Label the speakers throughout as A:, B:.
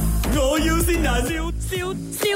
A: 要先人，笑笑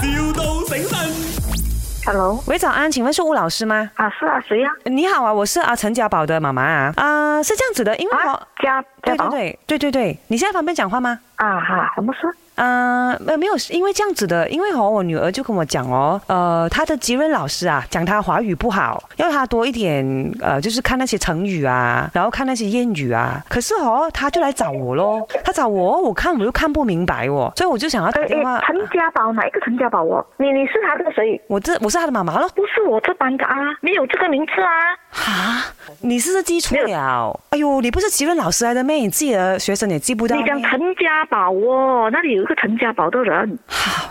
A: 笑，,笑到醒神。
B: Hello，
C: 喂，早安，请问是吴老师吗？
B: 啊是啊，谁呀、
C: 你好啊，我是啊陈家宝的妈妈啊，啊、是这样子的，因为我、
B: 啊？家家
C: 对对
B: 宝
C: 对对对对，你现在方便讲话吗？
B: 啊哈，什么事？
C: 嗯、呃，没有，因为这样子的，因为哦，我女儿就跟我讲哦，呃，她的吉润老师啊，讲她华语不好，要她多一点，呃，就是看那些成语啊，然后看那些谚语啊。可是哦，她就来找我咯，她找我，我看我又看不明白哦，所以我就想要打
B: 呃
C: 电话。
B: 诶陈家宝哪一个陈家宝哦？你你是他的谁？
C: 我这我是她的妈妈咯，
B: 不是我这班的啊，没有这个名字啊。
C: 哈，你是不是记错了？哎呦，你不是吉润老师来的咩？你自己的学生也记不到
B: 你
C: 咩。
B: 讲陈家宝哦，那里有一个陈家宝的人。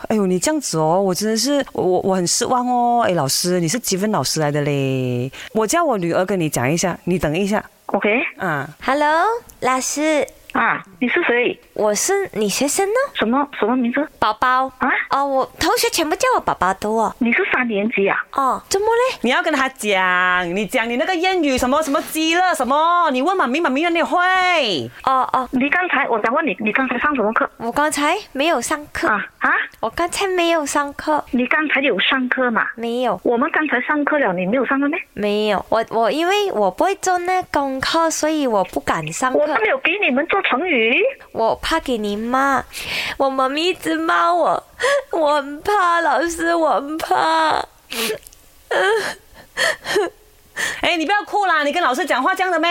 C: 哎呦，你这样子哦，我真的是我我我很失望哦。哎，老师，你是积分老师来的嘞？我叫我女儿跟你讲一下，你等一下
B: OK，
C: 啊。
D: Hello，老师，
B: 啊，你是谁？
D: 我是你学生呢，
B: 什么什么名字？
D: 宝宝
B: 啊
D: 哦，我同学全部叫我宝宝的哦。
B: 你是三年级啊？
D: 哦，怎么嘞？
C: 你要跟她讲，你讲你那个谚语什么什么鸡了什么，你问妈咪，妈咪让你会。哎
D: 哦哦，
B: 你刚才我想问你，你刚才上什么课？
D: 我刚才没有上课，
B: 啊啊，
D: 我刚才没有上课，
B: 你刚才有上课嘛？
D: 没有
B: 我们刚才上课了，你没有上课咩？
D: 没有，我我因为我不会做那功课，所以我不敢上
B: 我
D: 课
B: 们，有给你们做成语。
D: 我怕给你骂，我妈咪一直骂我，我很怕老师，我很怕。
C: 哎，你不要哭啦，你跟老师讲话这样的咩？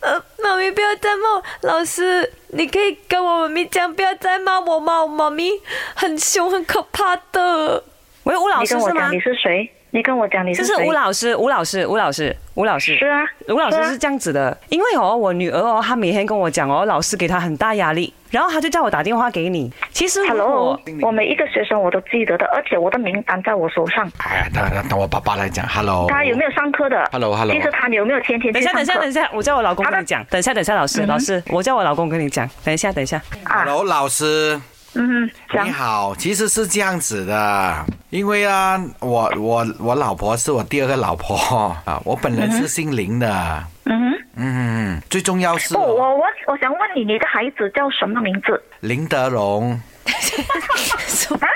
D: 呃，妈咪不要再骂我老师，你可以跟我妈咪讲，不要再骂我吗？我妈咪很凶，很可怕的。
C: 喂，吴老
B: 你
C: 师
B: 跟我
C: 是吗
B: 讲你？是谁？你跟我讲你
C: 这
B: 是
C: 是
B: 谁？
C: 吴老师，吴老师，吴老师，吴老师。
B: 是啊，
C: 卢老师
B: 啊
C: 是这样子的，因为哦，我女儿哦，她每天跟我讲哦，老师给她很大压力，然后她就叫我打电话给你。其实如
B: Hello，
C: 果
B: 我每一个学生我都记得的，而且我的名单在我手上。
E: 哎呀，等等等我爸爸来讲，Hello，
B: 他有没有上课的
E: Hello，Hello
B: 其实他有没有天天
C: 等
B: 去
C: 一下，
B: 上
C: 等
B: 课？
C: 一下，等一下，我叫我老公
B: 好的
C: 跟你讲。等一下，等一下，老师，老师，我叫我老公跟你讲。等一下，等一下。
B: 啊
E: Hello，老师，
B: 嗯，讲
E: 你好，其实是这样子的，因为啊，我我我老婆是我第二个老婆 啊，我本人是姓林的，
B: 嗯哼，
E: 嗯，最重要是
B: 不，哦我我我想问你，你的孩子叫什么名字？
E: 林德荣，
B: 啊？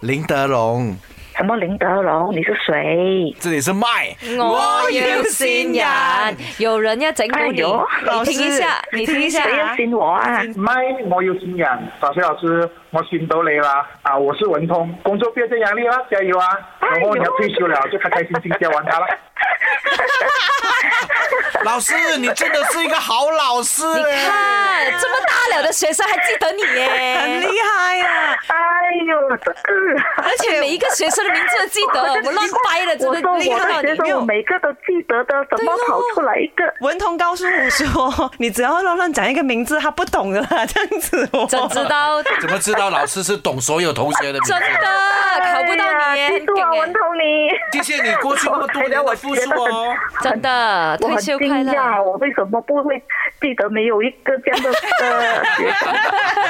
E: 林德荣，
B: 什么林德龙？你是谁？
E: 这里是麦，
D: 我要善人，有人要整蛊你。
B: 哎呦
D: 你听一下，你听一下
B: 谁要
D: 啊！
B: 信我啊？
F: 唔係，我要善人，小雪老師，我善到你啦！啊，我是文通，工作不要再壓力啦，加油啊！然後你要退休了，就開開心心教完他啦。
E: 老师，你真的是一个好老师，
D: 你看，这么大了的学生还记得你
C: 很厉
D: 耶，
C: 害啊！
B: 哎呦，这个。
D: 而且每一个学生的名字都记得， 我乱掰的，真
B: 我说
D: 的厉
B: 我的学
D: 害到你。
C: 没
B: 生，
C: 有哦
B: 我每个都记得的，怎么
D: 对咯
B: 跑出来一个？
C: 文童告诉我说， 你只要乱乱讲一个名字，他不懂的啦，这样子哦。
D: 真知道，真
E: 怎么知道老师是懂所有同学的名字？
D: 的考不到
B: 哎
D: 你耶，
B: 呀
D: 很
B: 记住啊，文
D: 劲耶，
B: 涛你。
E: 谢谢你过去那么多年的付出哦。
D: 真的，
B: 我
D: 退
B: 很
D: 休
B: 惊
D: 快乐。
B: 讶，我为什么不会记得没有一个这样的呃学生？